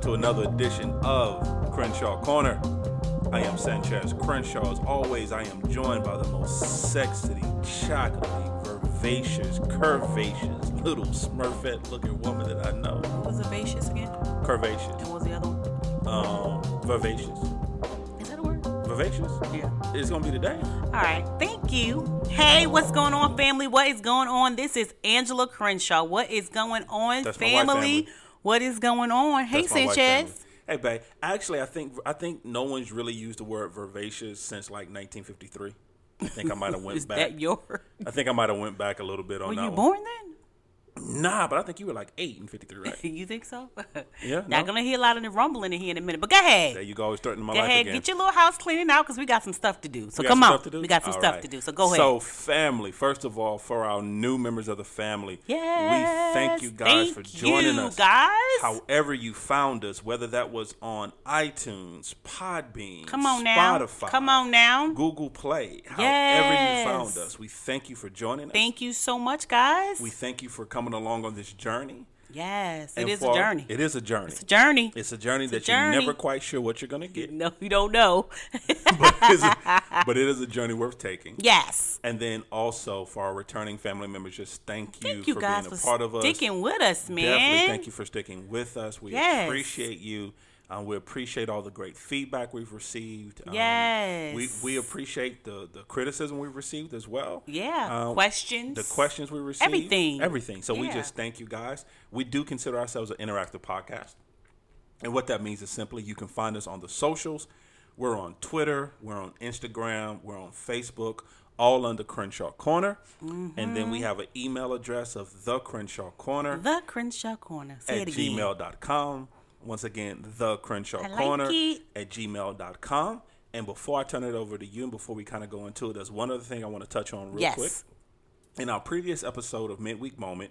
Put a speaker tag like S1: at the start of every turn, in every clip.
S1: to another edition of Crenshaw Corner. I am Sanchez Crenshaw. As always, I am joined by the most sexy, chocolatey, vivacious, curvaceous, little smurfette looking woman that I know.
S2: What was vivacious again?
S1: Curvaceous.
S2: And what was the other one?
S1: Um, vivacious.
S2: Is that a word?
S1: Vivacious?
S2: Yeah.
S1: It's gonna be today.
S2: All right. Thank you. Hey, what's going on, family? What is going on? This is Angela Crenshaw. What is going on,
S1: That's my
S2: family?
S1: white family.
S2: What is going on? Hey,
S1: That's my white
S2: Sanchez.
S1: family. Hey, babe. Actually, I think I think no one's really used the word vivacious since like 1953. I think I might have went
S2: Is
S1: back.
S2: that your?
S1: I think I might have went back a little bit on
S2: Were
S1: that
S2: you
S1: one.
S2: born then?
S1: Nah, but I think you were like eight and fifty three, right?
S2: You think so?
S1: Yeah,
S2: Not
S1: no.
S2: gonna hear a lot of the rumbling in here in a minute. But go ahead.
S1: There you go, always threatening my
S2: Go
S1: life
S2: ahead.
S1: again.
S2: Get your little house cleaning out because we got some stuff to do. So
S1: We got
S2: come
S1: some
S2: on.
S1: stuff to do?
S2: We got some
S1: All
S2: stuff
S1: right.
S2: to do. So go ahead.
S1: So family, first of all, for our new members of the family, we thank you guys
S2: Yes,
S1: for
S2: thank
S1: joining
S2: you
S1: us.
S2: guys.
S1: However you found us, whether that was on iTunes, Podbean,
S2: Come on now.
S1: Spotify,
S2: Come on now.
S1: Google Play, however you
S2: Yes.
S1: found us, we thank you for joining us.
S2: Thank you so much, guys.
S1: we thank you for coming along on this journey.
S2: yes, it
S1: And
S2: is a
S1: for-
S2: journey.
S1: It is a journey.
S2: It's a journey.
S1: It's a journey
S2: a
S1: that
S2: journey.
S1: you're never quite sure what you're gonna get.
S2: no, you don't know.
S1: but, it's a, but it is a journey worth taking.
S2: yes.
S1: And then also for our returning family members, just thank you
S2: Thank you
S1: for
S2: guys
S1: being
S2: for
S1: a part of us.
S2: sticking with us, man.
S1: Definitely thank you for sticking with us. We
S2: Yes.
S1: appreciate you. Um, we appreciate all the great feedback we've received. Um,
S2: Yes.
S1: We, we appreciate the, the criticism we've received as well.
S2: Yeah.
S1: Um,
S2: questions.
S1: The questions we received.
S2: Everything.
S1: Everything. So we
S2: Yeah.
S1: just thank you guys. We do consider ourselves an interactive podcast. And what that means is simply you can find us on the socials. We're on Twitter, we're on Instagram, we're on Facebook, all under Crenshaw Corner. And then we
S2: Mm-hmm.
S1: have an email address of the Crenshaw Corner
S2: The Crenshaw Corner. Say
S1: at
S2: it again.
S1: gmail.com. Once again, the Crenshaw
S2: I like
S1: Corner
S2: it.
S1: at gmail.com. And before I turn it over to you and before we kind of go into it, there's one other thing I want to touch on real
S2: yes.
S1: quick. In our previous episode of Midweek Moment,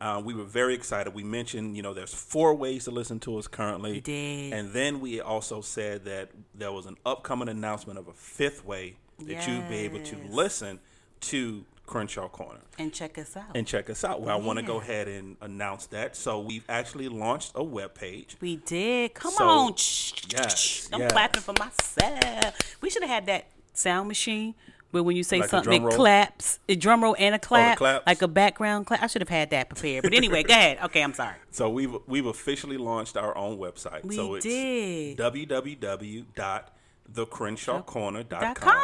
S1: uh, we were very excited. We mentioned, you know, there's four ways to listen to us currently.
S2: did.
S1: And then we also said that there was an upcoming announcement of a fifth way that you'd be able to
S2: Yes.
S1: listen to Crenshaw Corner
S2: And check us out.
S1: and check us out. Well, I want to
S2: Yeah.
S1: go ahead and announce that. So we've actually launched a webpage.
S2: we did. Come
S1: So,
S2: on. Shh,
S1: yes,
S2: shh, I'm
S1: yes.
S2: clapping for myself. We should have had that sound machine where when you say
S1: Like a
S2: something,
S1: drum
S2: it
S1: roll? Oh,
S2: claps. A drum roll and a clap.
S1: claps?
S2: Like a background clap. I should have had that prepared. But anyway, go ahead. Okay, I'm sorry.
S1: So we've we've officially launched our own website.
S2: We
S1: so it's
S2: did.
S1: www.thecrenshawcorner.com.
S2: com.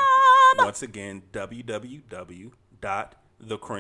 S1: Once again,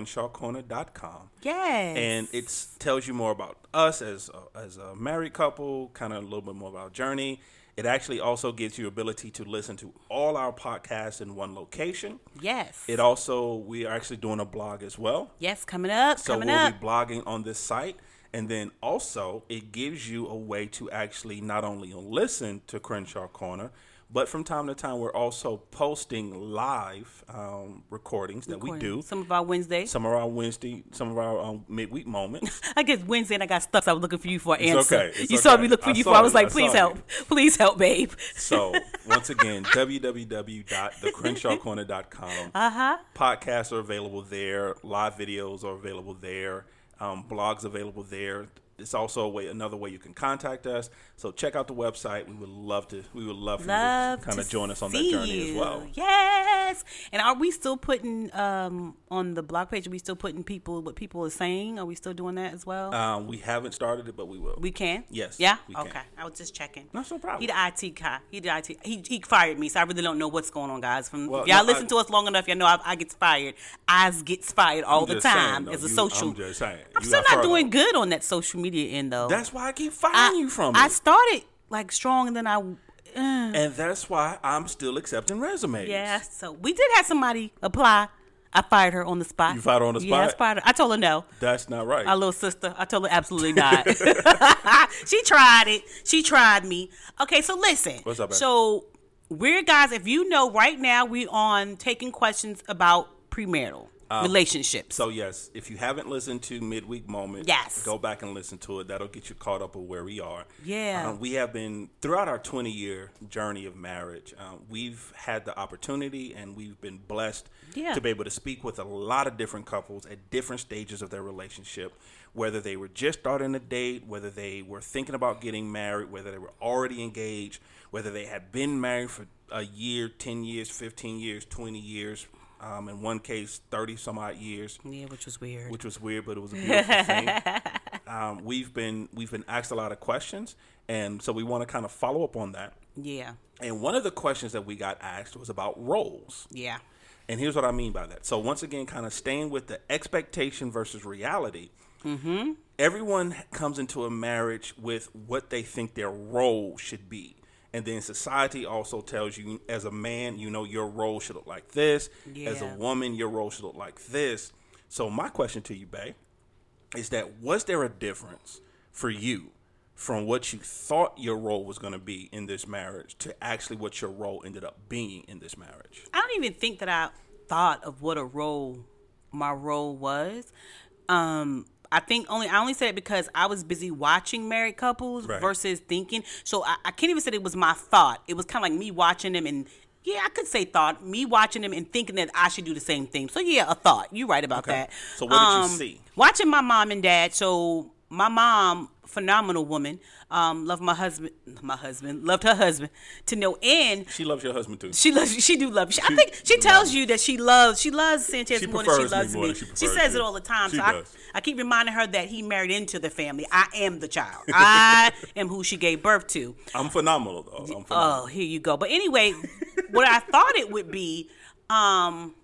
S1: www.thecrenshawcorner.com.
S2: Yes.
S1: and it tells you more about us as a, as a married couple, kind of a little bit more about our journey. It actually also gives you ability to listen to all our podcasts in one location.
S2: yes.
S1: It also we are actually doing a blog as well,
S2: yes, coming up,
S1: so
S2: coming
S1: we'll
S2: up.
S1: be blogging on this site. And then also, it gives you a way to actually not only listen to Crenshaw Corner, but from time to time, we're also posting live um, recordings that we do.
S2: some of our Wednesday.
S1: Some of our Wednesday, some of our um, midweek moments.
S2: I guess Wednesday and I got stuck. So I was looking for you for an answer.
S1: okay, it's
S2: you saw
S1: okay.
S2: me look for
S1: I
S2: you for.
S1: saw
S2: I was
S1: you,
S2: like,
S1: I
S2: please
S1: saw
S2: help, please help, babe.
S1: So once again, www.thecrenshawcorner.com. Uh-huh. Podcasts are available there. Live videos are available there. Um, blogs available there. It's also a way, another way you can contact us. So check out the website. We would love to. We would love for
S2: Love
S1: you to kind of
S2: to
S1: join us on that
S2: see
S1: journey as
S2: you.
S1: well.
S2: Yes. And are we still putting um on the blog page? Are we still putting people what people are saying? Are we still doing that as well?
S1: Um, we haven't started it, but we will.
S2: we can.
S1: yes,
S2: Yeah.
S1: we can.
S2: okay. I was just checking.
S1: That's no problem.
S2: He the IT guy. He the IT. He, he fired me, so I really don't know what's going on, guys. From
S1: Well,
S2: if y'all
S1: no, I-
S2: listen to us long enough, y'all know I, I gets fired. Eyes gets fired all
S1: I'm
S2: the
S1: just saying,
S2: time
S1: though,
S2: as a
S1: you-
S2: social.
S1: I'm just saying.
S2: I'm
S1: You
S2: still
S1: got
S2: not
S1: furloughed.
S2: doing good on that social media end though.
S1: That's why I keep firing
S2: I,
S1: you from
S2: I
S1: it,
S2: started like strong, and then I. Uh,
S1: and that's why I'm still accepting resumes.
S2: yeah. So we did have somebody apply. I fired her on the spot.
S1: You fired her on the
S2: Yeah, I
S1: spot?
S2: fired her. I told her no.
S1: that's not right.
S2: Our little sister. I told her absolutely not. she tried it. She tried me. Okay, so listen.
S1: What's up, babe?
S2: So we're guys, if you know right now we on taking questions about premarital.
S1: Um,
S2: relationships.
S1: So yes, if you haven't listened to Midweek Moment,
S2: Yes.
S1: go back and listen to it. That'll get you caught up with where we are.
S2: Yeah.
S1: Um, we have been throughout our 20 year journey of marriage. Um, we've had the opportunity and we've been blessed
S2: Yeah.
S1: to be able to speak with a lot of different couples at different stages of their relationship, whether they were just starting a date, whether they were thinking about getting married, whether they were already engaged, whether they had been married for a year, 10 years, 15 years, 20 years. Um, in one case, 30 some odd years
S2: yeah, which was weird.
S1: which was weird, but it was a beautiful thing. Um, we've been we've been asked a lot of questions, and so we want to kind of follow up on that.
S2: yeah,
S1: And one of the questions that we got asked was about roles,
S2: yeah,
S1: and here's what I mean by that. So once again, kind of staying with the expectation versus reality. Everyone comes into a marriage with what they think their role should be. And then society also tells you, as a man, you know, your role should look like this. As a
S2: Yeah.
S1: woman, your role should look like this. So, my question to you, Bay, is that was there a difference for you from what you thought your role was going to be in this marriage to actually what your role ended up being in this marriage?
S2: I don't even think that I thought of what a role my role was. Um, I think only I only said it because I was busy watching married couples
S1: Right.
S2: versus thinking. So I, I can't even say that it was my thought. It was kind of like me watching them and. Yeah, I could say thought. Me watching them and thinking that I should do the same thing. So yeah, a thought. You're right about
S1: Okay.
S2: that. Um,
S1: So what did you see?
S2: Watching my mom and dad. So my mom, phenomenal woman. Um, loved my husband. My husband loved her husband to no end.
S1: She loves your husband too.
S2: She loves you. She do love you. She- I
S1: She
S2: think she
S1: do
S2: tells
S1: love
S2: you that she loves. She loves Sanchez
S1: She
S2: more than she
S1: prefers me
S2: loves me.
S1: more than she
S2: she
S1: prefers
S2: says
S1: you.
S2: it all the time.
S1: She
S2: so I,
S1: does.
S2: I keep reminding her that he married into the family. I am the child. I am who she gave birth to.
S1: I'm phenomenal though. I'm phenomenal.
S2: Oh, here you go. But anyway, what I thought it would be, um,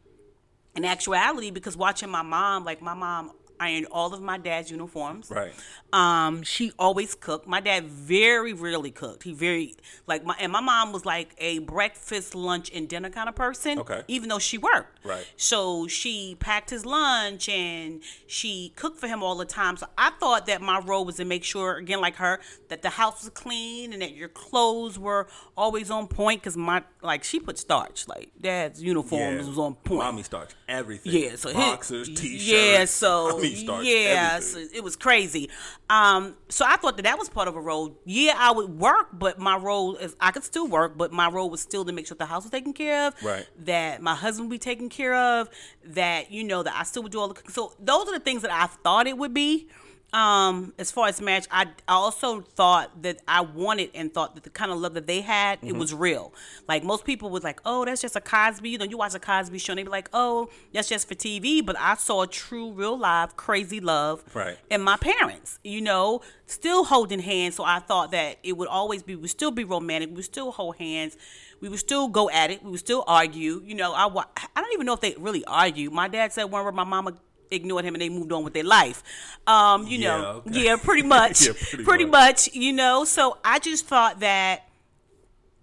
S2: in actuality, because watching my mom, like my mom ironed all of my dad's uniforms.
S1: right.
S2: Um, she always cooked. My dad very rarely cooked. He very like my and my mom was like a breakfast, lunch, and dinner kind of person.
S1: Okay.
S2: Even though she worked.
S1: Right.
S2: So she packed his lunch and she cooked for him all the time. So I thought that my role was to make sure, again, like her, that the house was clean and that your clothes were always on point. Cause my like she put starch. Like dad's uniforms was on point.
S1: Mommy starts everything.
S2: Yeah, so his-
S1: boxers, t-shirts.
S2: Yeah, so
S1: mommy starts
S2: yeah, so
S1: everything.
S2: it was crazy. Um, so I thought that that was part of a role. Yeah, I would work, but my role is I could still work, but my role was still to make sure the house was taken care of,
S1: Right.
S2: That my husband would be taken care of, that you know that I still would do all the cooking. So those are the things that I thought it would be. Um, as far as match, I, I also thought that I wanted and thought that the kind of love that they had, it was real. Like most people was like, oh, that's just a Cosby. You know, you watch a Cosby show and they be like, oh, that's just for TV. But I saw true, real live, crazy love
S1: Right.
S2: and my parents, you know, still holding hands. So I thought that it would always be, we would still be romantic. We would still hold hands. We would still go at it. We would still argue. You know, I, wa- I don't even know if they really argue. My dad said one word, my mama ignored him and they moved on with their life. Um, you
S1: Yeah,
S2: know,
S1: okay.
S2: yeah, pretty much,
S1: Yeah, pretty
S2: much. you know. So I just thought that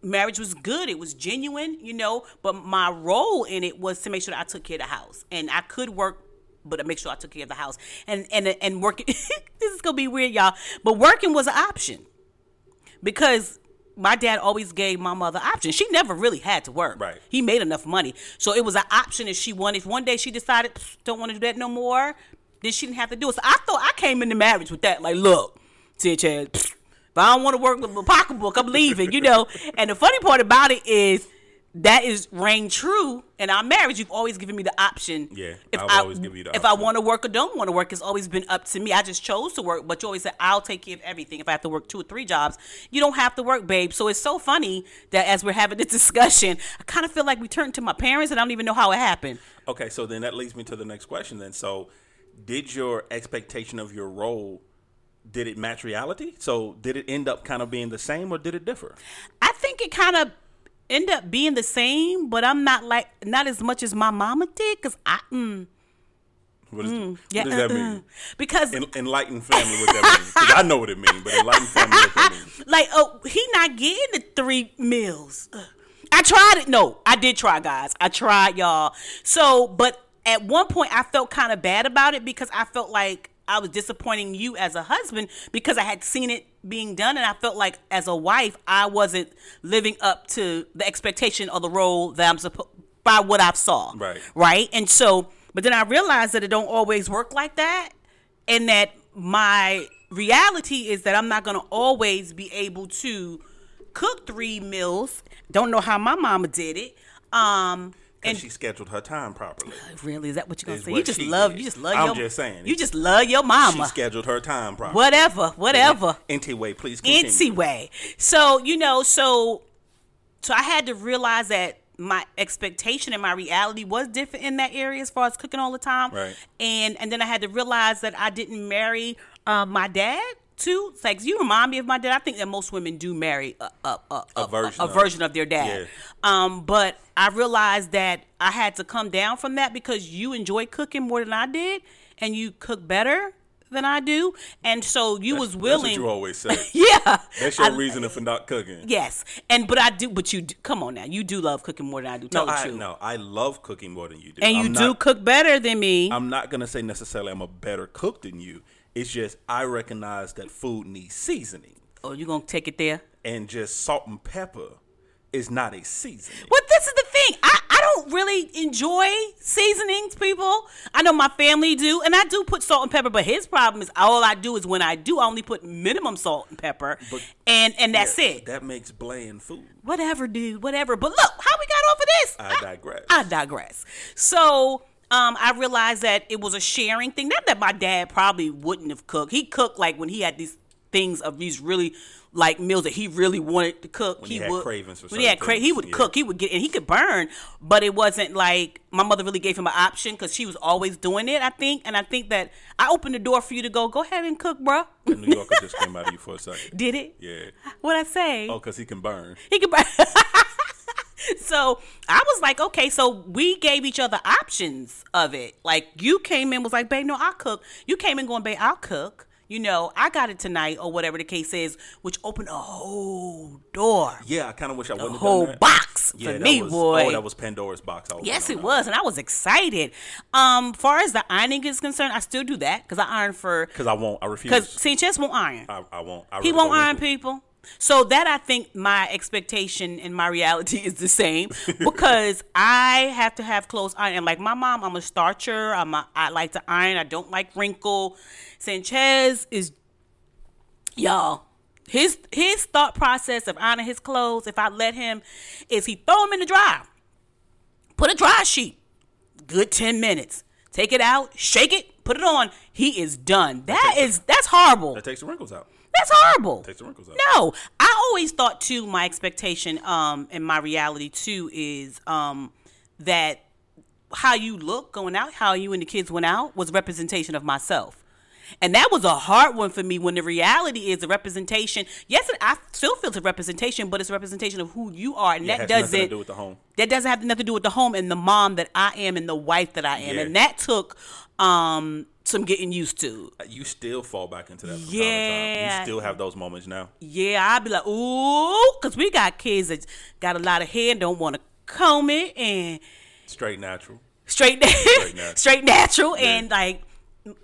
S2: marriage was good. It was genuine, you know, but my role in it was to make sure that I took care of the house. And I could work, but to make sure I took care of the house. And and and working this is gonna be weird, y'all. But working was an option. Because my dad always gave my mother options. She never really had to work.
S1: Right.
S2: He made enough money. So it was an option if she wanted. If one day she decided, "Psst, don't want to do that no more, then she didn't have to do it. So I thought I came into marriage with that. Like, look, see, Chad, psst, if I don't want to work with my pocketbook, I'm leaving, you know. And the funny part about it is that is rang true in our marriage. You've always given me the option.
S1: Yeah,
S2: If
S1: I've
S2: I,
S1: always given you the
S2: If I
S1: option.
S2: want to work or don't want to work, it's always been up to me. I just chose to work, but you always said, I'll take care of everything. If I have to work two or three jobs, you don't have to work, babe. So it's so funny that as we're having this discussion, I kind of feel like we turned to my parents and I don't even know how it happened.
S1: Okay, so then that leads me to the next question. Then, so did your expectation of your role did it match reality? So did it end up kind of being the same, or did it differ?
S2: I think it kind of end up being the same, but I'm not like, not as much as my mama did because I, mm,
S1: What, is,
S2: yeah,
S1: what does that
S2: uh, uh,
S1: mean?
S2: because
S1: En- enlightened family, what that means? 'Cause I know what it means, but enlightened family, what that means?
S2: like oh he not getting the three meals Ugh. i tried it no i did try guys i tried y'all so but at one point i felt kind of bad about it because i felt like i was disappointing you as a husband because i had seen it being done and i felt like as a wife i wasn't living up to the expectation or the role that i'm supposed by what i saw
S1: Right.
S2: right and so But then I realized that it don't always work like that, and that my reality is that I'm not gonna always be able to cook three meals. Don't know how my mama did it. Um,
S1: and
S2: and
S1: she scheduled her time properly.
S2: really, is that what you're gonna
S1: is
S2: say? You
S1: what
S2: just
S1: she
S2: love,
S1: did.
S2: you just love.
S1: I'm
S2: your,
S1: just saying.
S2: you just love your
S1: She
S2: mama.
S1: scheduled her time properly.
S2: Whatever, whatever.
S1: Anyway, please continue.
S2: Anyway, so you know, so so I had to realize that my expectation and my reality was different in that area as far as cooking all the time.
S1: Right.
S2: And and then I had to realize that I didn't marry uh, my dad too. It's like you remind me of my dad. I think that most women do marry a a, a, a, a
S1: version
S2: version,
S1: of-
S2: of their dad.
S1: Yeah.
S2: Um, but I realized that I had to come down from that because you enjoy cooking more than I did, and you cook better than I do, and so you was
S1: That's
S2: willing.
S1: what you always say.
S2: Yeah.
S1: That's your reasoning for not cooking.
S2: Yes. And but I do but you do, come on now. You do love cooking more than I do. Tell
S1: no,
S2: the
S1: I,
S2: truth.
S1: no, I love cooking more than you do.
S2: And you
S1: I'm
S2: do
S1: not-
S2: cook better than me.
S1: I'm not gonna say necessarily I'm a better cook than you. It's just I recognize that food needs seasoning,
S2: oh, you going to take it there?
S1: and just salt and pepper is not a seasoning.
S2: Well, this is the thing. I, I don't really enjoy seasonings, people. I know my family do, and I do put salt and pepper. But his problem is all I do is when I do, I only put minimum salt and pepper,
S1: But-
S2: and and that's
S1: Yeah,
S2: it.
S1: That makes bland food.
S2: whatever, dude, whatever. But look how we got off of this.
S1: I digress.
S2: I digress. So um, I realized that it was a sharing thing. Not that my dad probably wouldn't have cooked. He cooked like when he had these things of these really like meals that he really wanted to cook.
S1: he had cravings for
S2: when he had
S1: certain
S2: cra- he
S1: things,
S2: would
S1: yeah.
S2: cook. He would get and he could burn, but it wasn't like my mother really gave him an option because she was always doing it. I think, and I think that I opened the door for you to go. Go ahead and cook, bruh.
S1: The New Yorker just came out of you for a second.
S2: Did it?
S1: Yeah.
S2: What I say?
S1: Oh, because he can burn.
S2: He could. so I was like, okay. So we gave each other options of it. Like you came in was like, babe, no, I'll cook. You came in going, babe, I'll cook. You know, I got it tonight or whatever the case is, which opened a whole door,
S1: Yeah, I kind of wish I wouldn't have
S2: whole
S1: done that.
S2: box
S1: Yeah,
S2: for
S1: that
S2: me,
S1: was,
S2: boy.
S1: Oh, that was Pandora's box. I
S2: Yes,
S1: opened on
S2: it was, and I was excited. Um, far as the ironing is concerned, I still do that because I iron for
S1: Because I won't. I refuse.
S2: because Sanchez won't iron.
S1: I, I won't. I
S2: He
S1: really
S2: won't
S1: don't
S2: iron
S1: do it.
S2: people. So that I think my expectation and my reality is the same because I have to have clothes ironed. And like my mom, I'm a starcher. I'm a, I like to iron. I don't like wrinkle. Sanchez is y'all. His his thought process of ironing his clothes, if I let him, is he throw them in the dryer, put a dry sheet, good ten minutes, take it out, shake it, put it on. He is done. That is that's horrible.
S1: That takes the wrinkles out.
S2: That's horrible.
S1: Takes the wrinkles out.
S2: No, I always thought too. My expectation, um, and my reality too is, um, that how you look going out, how you and the kids went out, was representation of myself. And that was a hard one for me when the reality is a representation. Yes, it, I still feel it's a representation, but it's a representation of who you are, and
S1: Yeah,
S2: that
S1: it has nothing to
S2: doesn't
S1: do with the home.
S2: that doesn't have nothing to do with the home and the mom that I am and the wife that I am,
S1: Yeah.
S2: and that took um, some getting used to.
S1: Uh, You still fall back into that. From Time to time.
S2: Yeah.
S1: You still have those moments now.
S2: Yeah, I'd be like, ooh, because we got kids that got a lot of hair and don't want to comb it and
S1: Straight natural.
S2: straight, straight
S1: natural.
S2: natural, and like,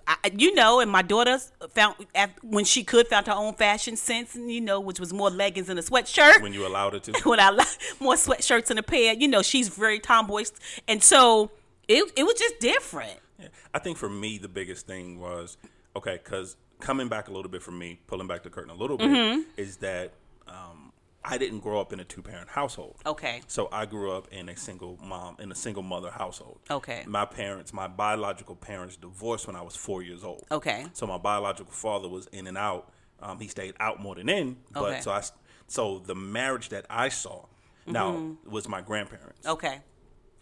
S2: I, you know, and my daughter found af- when she could found her own fashion sense, and you know, which was more leggings and a sweatshirt.
S1: When you allowed it to.
S2: When I like more sweatshirts and a pair, you know, she's very tomboy, and so it it was just different.
S1: Yeah. I think for me, the biggest thing was okay, because coming back a little bit for me, pulling back the curtain a little bit,
S2: Mm-hmm.
S1: is that um, I didn't grow up in a two parent household.
S2: Okay.
S1: So I grew up in a single mom, in a single mother household.
S2: Okay.
S1: My parents, my biological parents divorced when I was four years old.
S2: Okay.
S1: So my biological father was in and out. Um, he stayed out more than in. But
S2: Okay.
S1: so I, s- so the marriage that I saw now
S2: Mm-hmm.
S1: was my grandparents.
S2: Okay.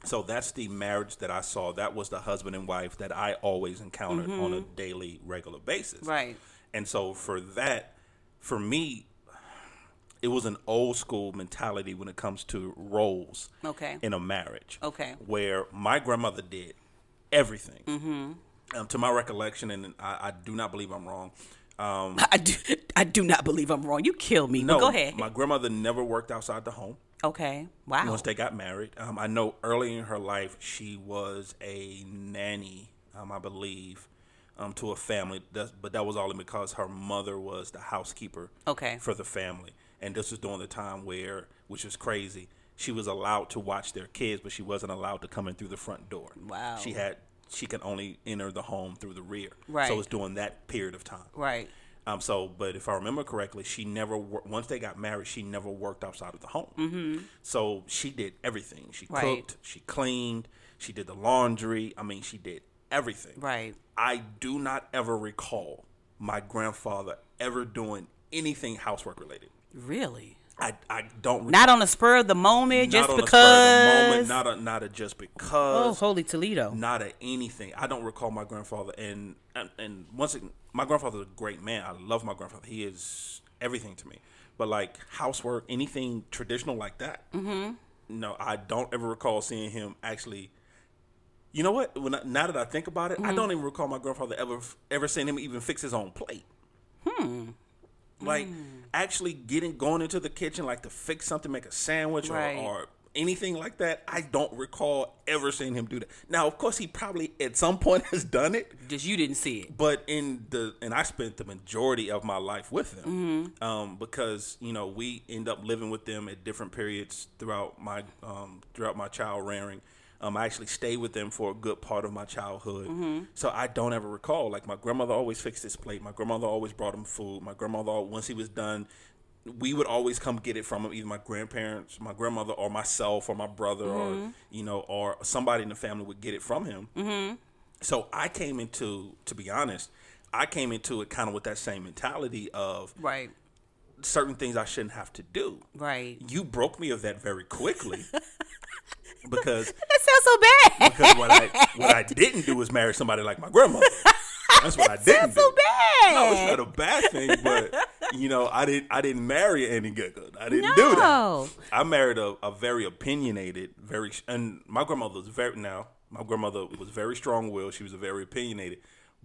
S1: So that's the marriage that I saw. That was the husband and wife that I always encountered on a daily, regular basis.
S2: Mm-hmm. Right.
S1: And so for that, for me, it was an old school mentality when it comes to roles
S2: Okay.
S1: in a marriage.
S2: Okay.
S1: Where my grandmother did everything.
S2: Mm-hmm.
S1: Um, to my recollection, and I, I do not believe I'm wrong. Um,
S2: I do, I do not believe I'm wrong. You kill me. but
S1: no,
S2: go ahead.
S1: my grandmother never worked outside the home.
S2: okay. Wow.
S1: once they got married. Um, I know early in her life she was a nanny, um, I believe, um, to a family. That's, but that was all because her mother was the housekeeper
S2: Okay.
S1: for the family, and this was during the time where, which was crazy, she was allowed to watch their kids, but she wasn't allowed to come in through the front door.
S2: Wow.
S1: She had she can only enter the home through the rear.
S2: Right.
S1: So it's during that period of time.
S2: Right.
S1: Um. So, but if I remember correctly, she never wor- once they got married, she never worked outside of the home. Mm-hmm. So she did everything. She
S2: Right.
S1: cooked. She cleaned. She did the laundry. I mean, she did everything.
S2: Right.
S1: I do not ever recall my grandfather ever doing anything housework related.
S2: Really?
S1: I, I don't recall.
S2: Not on the spur of the moment, just
S1: not on a
S2: because.
S1: spur of the moment, not a not a just
S2: oh,
S1: because,
S2: holy Toledo.
S1: not a anything. I don't recall my grandfather, and and, and once again, my grandfather's a great man. I love my grandfather. He is everything to me. But like housework, anything traditional like that, mm-hmm. no, I don't ever recall seeing him actually. You know what? When I, now that I think about it, I don't even recall my grandfather ever ever seeing him even fix his own plate like actually getting going into the kitchen like to fix something make a sandwich
S2: Right.
S1: or, or anything like that i don't recall ever seeing him do that now of course he probably at some point has done it
S2: Just you didn't see it.
S1: but in the and i spent the majority of my life with them um, because you know we end up living with them at different periods throughout my um, throughout my child rearing um, i actually stayed with them for a good part of my childhood so i don't ever recall like my grandmother always fixed this plate my grandmother always brought him food my grandmother al- once he was done we would always come get it from him, either my grandparents, my grandmother, or myself, or my brother, or you know, or somebody in the family would get it from him. So I came into, to be honest, I came into it kind of with that same mentality of
S2: Right.
S1: certain things I shouldn't have to do.
S2: Right.
S1: You broke me of that very quickly because
S2: That sounds so bad.
S1: because what I what I didn't do was marry somebody like my grandmother. That's what I didn't
S2: That's so
S1: do.
S2: bad.
S1: No, it's not a bad thing, but you know, I didn't I didn't marry any good. I didn't do that.
S2: No.
S1: I married a, a very opinionated, very and my grandmother was very now my grandmother was very strong willed. She was a very opinionated,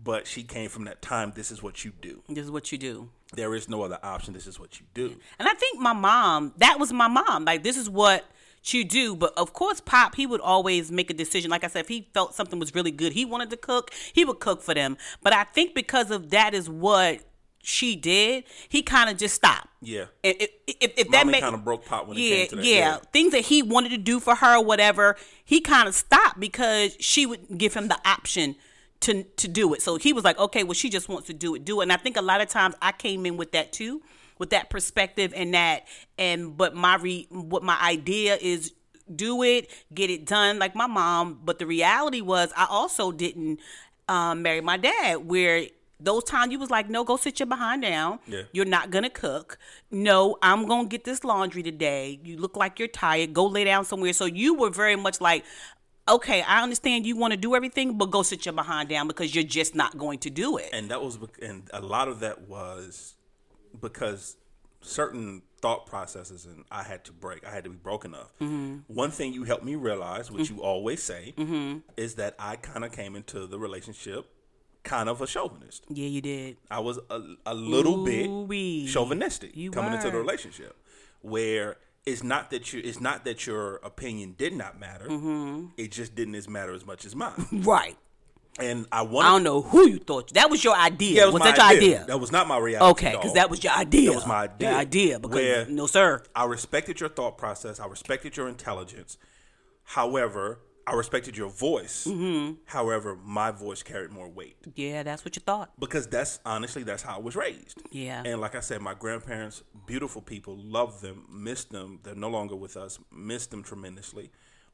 S1: but she came from that time. This is what you do.
S2: this is what you do.
S1: There is no other option. This is what you do.
S2: And I think my mom, that was my mom. Like, this is what you do. But of course, Pop, he would always make a decision. Like I said, if he felt something was really good, he wanted to cook, he would cook for them. But I think because of that is what she did, he kind of just stopped.
S1: Yeah,
S2: And if, if, if that
S1: mommy
S2: made
S1: kind of broke pot when
S2: yeah,
S1: it came to that.
S2: yeah, Things that he wanted to do for her or whatever, he kind of stopped because she would give him the option to to do it. So he was like, okay, well, she just wants to do it, do it. And I think a lot of times I came in with that too, with that perspective and that, and but my re, what my idea is do it get it done like my mom but the reality was i also didn't um, marry my dad where those times you was like no go sit your behind down
S1: Yeah.
S2: you're not gonna cook. No, I'm gonna get this laundry today. You look like you're tired. Go lay down somewhere. So you were very much like, okay, I understand you want to do everything, but go sit your behind down because you're just not going to do it.
S1: and that was bec- and a lot of that was because certain thought processes and I had to break. I had to be broken of.
S2: Mm-hmm.
S1: One thing you helped me realize, which you always say, is that I kind of came into the relationship kind of a chauvinist.
S2: Yeah, you did.
S1: I was a, a little
S2: Ooh-wee.
S1: bit chauvinistic
S2: You
S1: coming into the
S2: were.
S1: relationship, where it's not that you it's not that your opinion did not matter.
S2: Mm-hmm.
S1: It just didn't as matter as much as mine.
S2: Right.
S1: and I
S2: I
S1: wanted.
S2: don't know who you thought that was your idea.
S1: that
S2: was,
S1: my
S2: that your idea?
S1: That was not my reality.
S2: okay,
S1: at
S2: because
S1: all.
S2: that was your idea.
S1: That was my idea.
S2: Your idea because
S1: Where-
S2: no sir.
S1: I respected your thought process. I respected your intelligence. However, I respected your voice. However, my voice carried more weight
S2: Yeah, that's what you thought.
S1: because that's honestly that's how I was raised.
S2: Yeah.
S1: And like I said, my grandparents, beautiful people, love them, miss them. They're no longer with us. Miss them tremendously.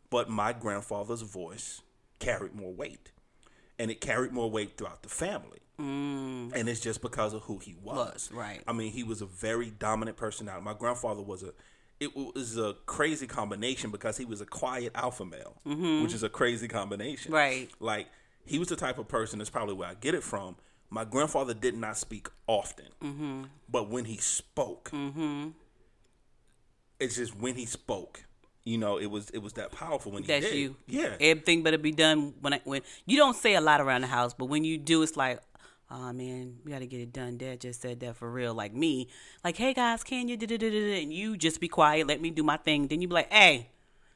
S1: But my grandfather's voice carried more weight, and it carried more weight throughout the family. Mm. And it's just because of who he was.
S2: Was, right.
S1: I mean, he was a very dominant personality. My grandfather was a. It was a crazy combination because he was a quiet alpha male, which is a crazy combination.
S2: Right.
S1: Like he was the type of person that's probably where I get it from. My grandfather did not speak often,
S2: Mm-hmm.
S1: but when he spoke, it's just when he spoke, you know, it was it was that powerful when he
S2: That's
S1: did.
S2: you.
S1: Yeah,
S2: Everything better be done when I when you don't say a lot around the house, but when you do, it's like, oh man, we gotta get it done. Dad just said that for real. Like me, like, hey guys, can you da da da da da," and you just be quiet, let me do my thing. Then you be like, hey,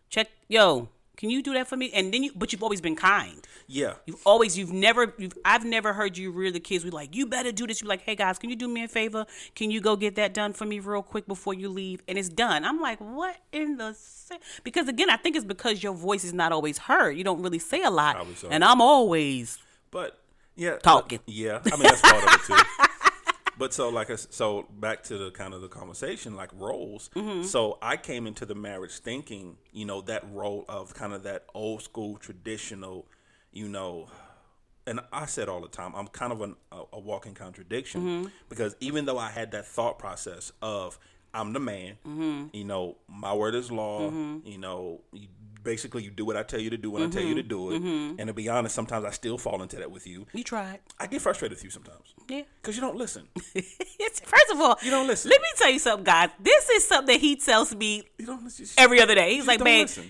S2: check yo, Can you do that for me? And then you, but you've always been kind.
S1: Yeah.
S2: You've always, you've never, you've, I've never heard you rear the kids. We like, you better do this. You're like, hey guys, can you do me a favor? Can you go get that done for me real quick before you leave? And it's done. I'm like, what in the? sa-" Because again, I think it's because your voice is not always heard. You don't really say a lot,
S1: Probably so.
S2: and I'm always
S1: But yeah,
S2: Talking.
S1: uh, yeah, I mean that's part of it too. But so like I s so back to the kind of the conversation like roles. So I came into the marriage thinking, you know, that role of kind of that old school traditional, you know, and I said all the time, I'm kind of an, a, a walking contradiction because even though I had that thought process of I'm the man, you know, my word is law, you know, you, basically you do what I tell you to do when I tell you to do it. And to be honest, sometimes I still fall into that with you.
S2: You tried.
S1: I get frustrated with you sometimes
S2: Yeah.
S1: because you don't listen.
S2: It's- First of all, you
S1: don't listen.
S2: Let me tell you something, guys. This is something he tells me
S1: You don't listen.
S2: every other day. He's
S1: You
S2: like,
S1: don't
S2: man,
S1: listen.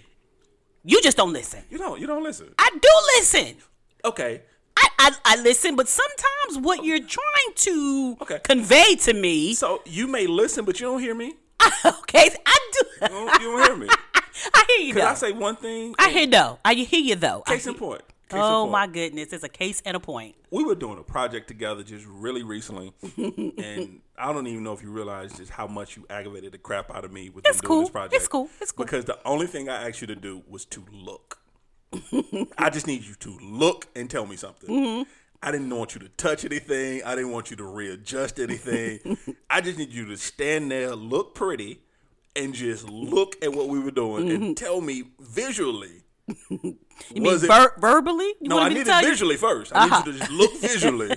S2: you just don't listen.
S1: You don't. You don't listen.
S2: I do listen.
S1: Okay.
S2: I, I, I listen, but sometimes what you're trying to
S1: Okay.
S2: convey to me,
S1: So you may listen, but you don't hear me.
S2: okay, I do.
S1: You don't, you don't hear me.
S2: I hear you though.
S1: Because I
S2: I,
S1: say one thing.
S2: hear though. I hear you though. I
S1: Case in
S2: hear-
S1: point. Case in
S2: oh
S1: point.
S2: my goodness, it's a case and a point.
S1: we were doing a project together just really recently, and I don't even know if you realize just how much you aggravated the crap out of me with
S2: It's
S1: them doing
S2: cool.
S1: this project.
S2: It's cool. It's cool.
S1: Because the only thing I asked you to do was to look. I just need you to look and tell me something.
S2: Mm-hmm.
S1: I didn't want you to touch anything. I didn't want you to readjust anything. I just need you to stand there, look pretty, and just look at what we were doing
S2: Mm-hmm.
S1: and tell me visually.
S2: You mean ver- verbally? You
S1: No,
S2: want
S1: I
S2: me to
S1: need
S2: tell
S1: it
S2: you? Uh-huh.
S1: visually first. I need you to just look visually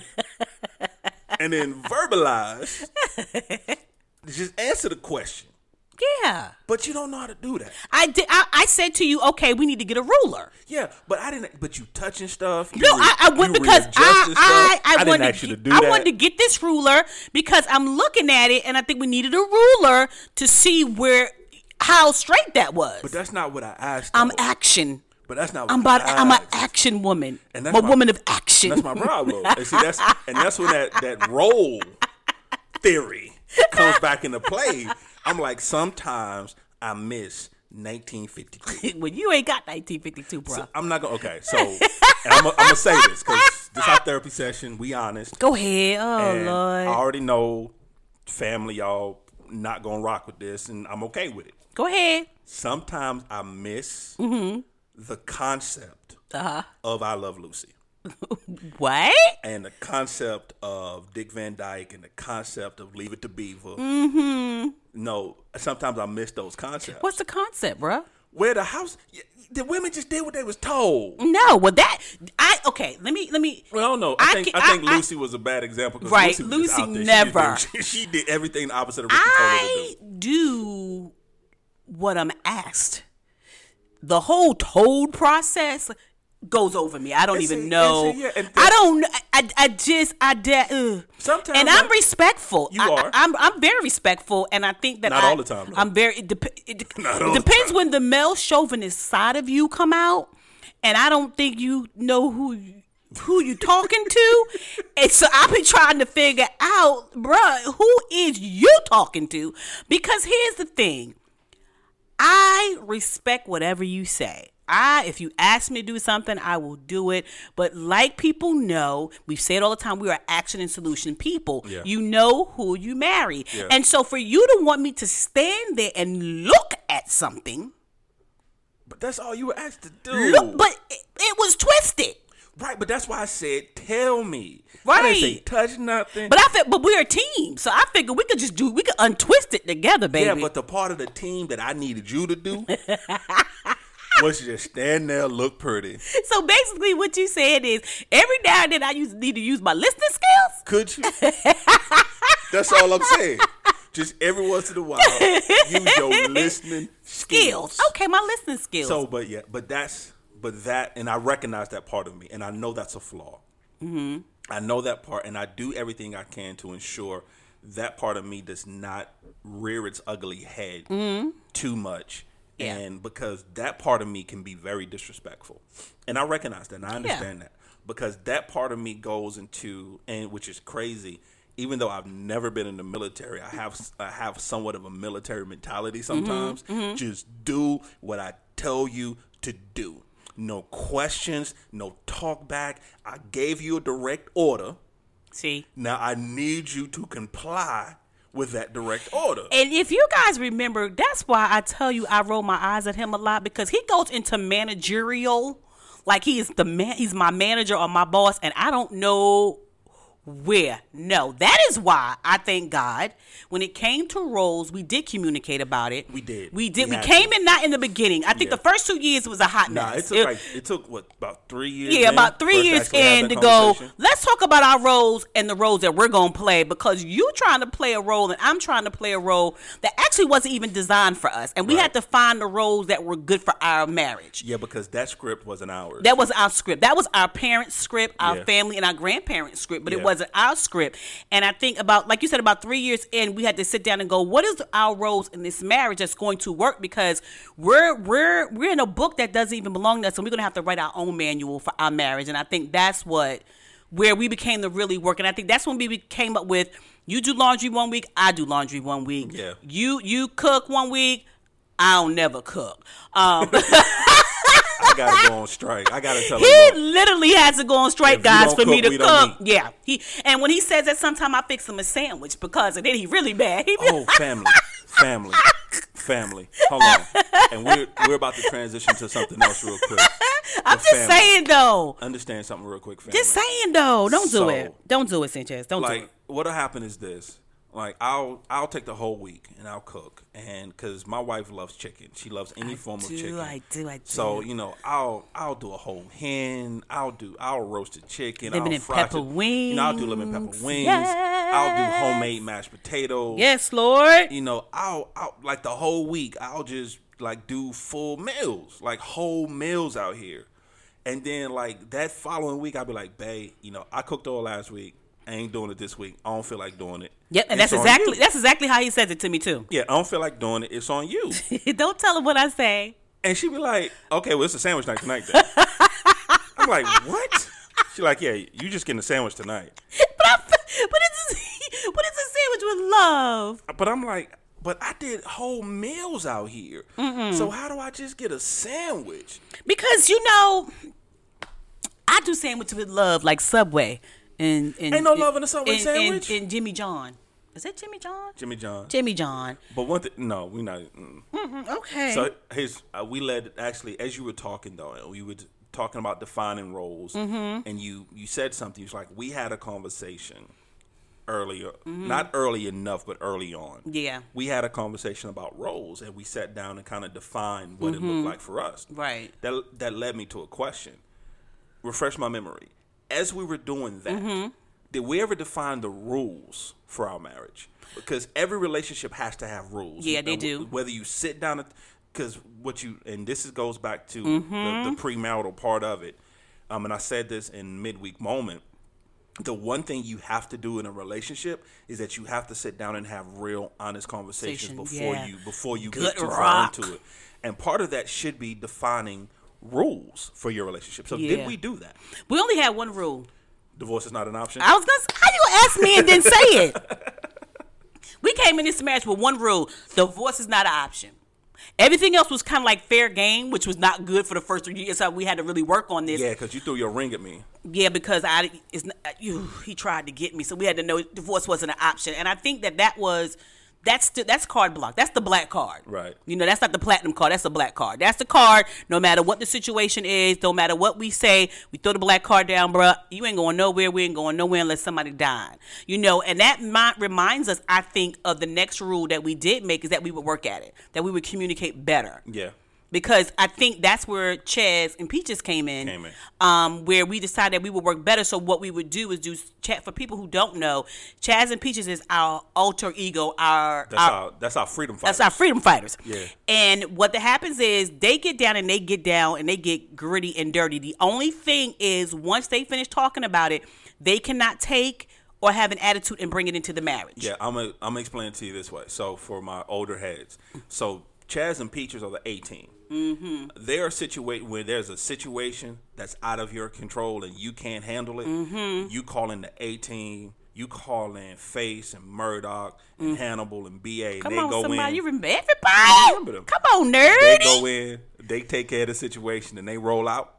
S1: and then verbalize. just answer the question.
S2: Yeah,
S1: But you don't know how to do that.
S2: I did. I, I said to you, okay, we need to get a ruler.
S1: Yeah, but I didn't. But you touching stuff. You
S2: No,
S1: re-
S2: I, I went
S1: you
S2: because
S1: readjusting
S2: I,
S1: stuff.
S2: I, I,
S1: didn't
S2: wanted,
S1: ask
S2: to
S1: you to
S2: get,
S1: do
S2: I
S1: that.
S2: wanted to get this ruler because I'm looking at it and I think we needed a ruler to see where how straight that was.
S1: but that's not what I asked.
S2: I'm
S1: though.
S2: action.
S1: but that's not. What
S2: I'm about,
S1: I
S2: I'm an
S1: asked.
S2: action woman.
S1: And
S2: I'm
S1: that's
S2: a
S1: my-
S2: woman of action.
S1: That's my problem. and see, that's and that's when that that role theory comes back into play. I'm like, sometimes I miss 1952.
S2: when you ain't got 1952, bro.
S1: I'm not gonna. Okay, so and I'm gonna say this because this our therapy session. We honest.
S2: Go ahead. Oh
S1: and I
S2: lord.
S1: already know family, y'all not gonna rock with this, and I'm okay with it.
S2: Go ahead.
S1: Sometimes I miss
S2: Mm-hmm.
S1: the concept
S2: Uh-huh.
S1: of I Love Lucy
S2: What?
S1: and the concept of Dick Van Dyke and the concept of Leave It to Beaver.
S2: Mm-hmm.
S1: No, sometimes I miss those concepts.
S2: What's the concept, bruh?
S1: Where the house, the women just did what they was told.
S2: No. Well, that I okay. Let me let me.
S1: Well, no, I, think
S2: can-
S1: I think
S2: I-
S1: Lucy was a bad example. 'cause
S2: Right,
S1: was just
S2: Lucy
S1: out there.
S2: never.
S1: She did, she did everything the opposite of what she told her to
S2: I
S1: do.
S2: do what I'm asked. The whole told process goes over me. I don't
S1: And
S2: even
S1: see- and
S2: know.
S1: see, yeah, and
S2: I
S1: that-
S2: don't. I, I, I just. I de- ugh.
S1: Sometimes
S2: and I'm
S1: I-
S2: respectful.
S1: You
S2: I,
S1: are.
S2: I, am I'm very respectful, and I think that
S1: Not
S2: I,
S1: all the time, though.
S2: I'm very. It, dep- it de-
S1: Not all the
S2: depends
S1: time.
S2: when the male chauvinist side of you come out, and I don't think you know who. You, who you talking to? and so I've been trying to figure out, bruh, who is you talking to? Because here's the thing. I respect whatever you say. I, if you ask me to do something, I will do it. But like people know, we say it all the time, we are action and solution people.
S1: Yeah.
S2: You know who you marry.
S1: Yeah.
S2: And so for you to want me to stand there and look at something,
S1: But that's all you were asked to do.
S2: look, but it, it was twisted.
S1: right, but that's why I said, "Tell me." I
S2: Right.
S1: didn't say touch nothing.
S2: But I felt, but we're a team, so I figured we could just do, we could untwist it together, baby.
S1: yeah, but the part of the team that I needed you to do was just stand there, look pretty.
S2: so basically, what you said is every now and then I use, need to use my listening skills.
S1: Could you? That's all I'm saying. Just every once in a while, use your listening
S2: skills. Okay, my listening skills.
S1: So, but yeah, but that's but that, and I recognize that part of me, and I know that's a flaw. Mm-hmm. I know that part, and I do everything I can to ensure that part of me does not rear its ugly head too much.
S2: Mm-hmm. Yeah.
S1: And because that part of me can be very disrespectful, and I recognize that, and I understand that because that part of me goes into and which is crazy. Even though I've never been in the military, I have I
S2: Mm-hmm,
S1: have somewhat of a military mentality sometimes. Just do what I tell you to do. No questions, no talk back. I gave you a direct order.
S2: See?
S1: Now I need you to comply with that direct order.
S2: And if you guys remember, that's why I tell you I roll my eyes at him a lot because he goes into managerial, like he is the man, he's my manager or my boss, and I don't know where. No, that is why I thank God when it came to roles, we did communicate about it.
S1: We did.
S2: We did.
S1: We
S2: We,
S1: had
S2: came
S1: to.
S2: in not in the beginning. I think
S1: Yeah.
S2: the first two years was a hot
S1: Nah, it
S2: mess.
S1: took
S2: It-
S1: like it took what about three years?
S2: yeah,
S1: in
S2: about three
S1: for us to
S2: years
S1: actually have
S2: in
S1: that
S2: to go.
S1: conversation?
S2: Let's talk about our roles and the roles that we're gonna play because you trying to play a role and I'm trying to play a role that actually wasn't even designed for us, and we
S1: Right.
S2: had to find the roles that were good for our marriage.
S1: Yeah, because that script wasn't ours.
S2: That was our script. That was our parents' script, our
S1: Yeah.
S2: family and our grandparents' script, but
S1: Yeah.
S2: it wasn't our script. And I think about, like you said, about three years in, we had to sit down and go, what is our roles in this marriage that's going to work? Because we're we're we're in a book that doesn't even belong to us, and we're gonna have to write our own manual for our marriage. And I think that's what where we became to really work. And I think that's when we came up with you do laundry one week, I do laundry one week.
S1: Yeah.
S2: You you cook one week, I don't never cook. Um
S1: I gotta go on strike. I gotta tell
S2: He
S1: him.
S2: literally has to go on strike,
S1: If you
S2: guys,
S1: don't
S2: for me
S1: cook,
S2: to
S1: we don't
S2: cook. Yeah, he and when he says that, sometime I fix him a sandwich because, and then he really bad. He be-
S1: Oh, family, family, family. Hold on, and we're we're about to transition to something else real quick.
S2: I'm just saying though.
S1: Understand something real quick, family.
S2: Just saying though. Don't
S1: So-
S2: do it. Don't do it, Sanchez. Don't do
S1: like
S2: it.
S1: what'll happen is this like i'll i'll take the whole week and i'll cook and because my wife loves chicken she loves any form of
S2: do,
S1: chicken
S2: I do, I do.
S1: so you know i'll i'll do a whole hen i'll do i'll roast a chicken
S2: Lemon
S1: I'll
S2: and
S1: fry
S2: pepper
S1: chi- you know, i'll do lemon and
S2: wings.
S1: pepper wings i'll do homemade mashed potatoes
S2: Yes, Lord.
S1: you know i'll i'll like the whole week i'll just like do full meals like whole meals out here and then like that following week i'll be like babe you know i cooked all last week i ain't doing it this week i don't feel like doing it
S2: Yep, and
S1: It's
S2: that's
S1: on you.
S2: exactly that's exactly how he says it to me too.
S1: yeah i don't feel like doing it it's on you
S2: don't tell him what I say.
S1: and she be like okay well it's a sandwich night tonight then i'm like what she like yeah you just getting a sandwich tonight
S2: But I, but it's but it's a sandwich with love.
S1: But I'm like, but I did whole meals out here. So how do I just get a sandwich?
S2: Because you know, I do sandwich with love, like Subway, and, and
S1: Ain't no love in a Subway
S2: and-
S1: sandwich.
S2: and, and Jimmy John. Is that Jimmy John?
S1: Jimmy John.
S2: Jimmy John.
S1: But one thing, no, we're not. Mm.
S2: Okay.
S1: So his, uh, we led actually as you were talking though, and we were t- talking about defining roles,
S2: Mm-hmm.
S1: and you you said something. It's like we had a conversation earlier, not early enough, but early on.
S2: Mm-hmm. Yeah.
S1: we had a conversation about roles, and we sat down and kind of defined what it looked like for us.
S2: Mm-hmm. Right.
S1: That that led me to a question. Refresh my memory. As we were doing that,
S2: Mm-hmm.
S1: did we ever define the rules for our marriage? Because every relationship has to have rules.
S2: Yeah, they
S1: And w-
S2: do.
S1: Whether you sit down, because what you and this is, goes back to
S2: Mm-hmm.
S1: the, the premarital part of it. Um, and I said this in midweek moment. The one thing you have to do in a relationship is that you have to sit down and have real, honest conversations
S2: Conversation,
S1: before
S2: yeah.
S1: you before you
S2: Good
S1: get too far
S2: rock.
S1: into it. And part of that should be defining rules for your relationship. So did
S2: Yeah.
S1: we do that?
S2: we only had one rule.
S1: Divorce is not an option.
S2: I was gonna. s- How you gonna ask me and then say it? We came in this marriage with one rule: divorce is not an option. Everything else was kind of like fair game, which was not good for the first three years. So we had to really work on this.
S1: yeah, because you threw your ring at me.
S2: yeah, because I it's not, you, he tried to get me, so we had to know divorce wasn't an option. And I think that that was that's sti- that's card block. That's the black card.
S1: Right.
S2: You know, that's not the platinum card. That's the black card. That's the card. No matter what the situation is, no matter what we say, we throw the black card down, bruh. You ain't going nowhere. We ain't going nowhere unless somebody died. You know, and that mi- reminds us, I think, of the next rule that we did make is that we would work at it, that we would communicate better
S1: Yeah.
S2: because I think that's where Chaz and Peaches came in,
S1: Came in.
S2: Um, where we decided that we would work better. So what we would do is do chat for people who don't know. Chaz and Peaches is our alter ego, our
S1: That's
S2: our,
S1: our, that's our freedom fight.
S2: that's our freedom fighters.
S1: Yeah.
S2: And what that happens is they get down and they get down and they get gritty and dirty. The only thing is once they finish talking about it, they cannot take or have an attitude and bring it into the marriage.
S1: Yeah, I'm gonna I'm gonna explain it to you this way. So for my older heads, so Chaz and Peaches are the A team. Mm-hmm. They are situated where there's a situation that's out of your control and you can't handle it.
S2: Mm-hmm.
S1: You call in the A team. You call in Face and Murdoch and Hannibal and BA. and
S2: Mm. Come
S1: they
S2: on,
S1: go
S2: somebody,
S1: in.
S2: you remember
S1: I remember
S2: everybody?
S1: them.
S2: Come on,
S1: they
S2: nerdy.
S1: go in. they take care of the situation and they roll out.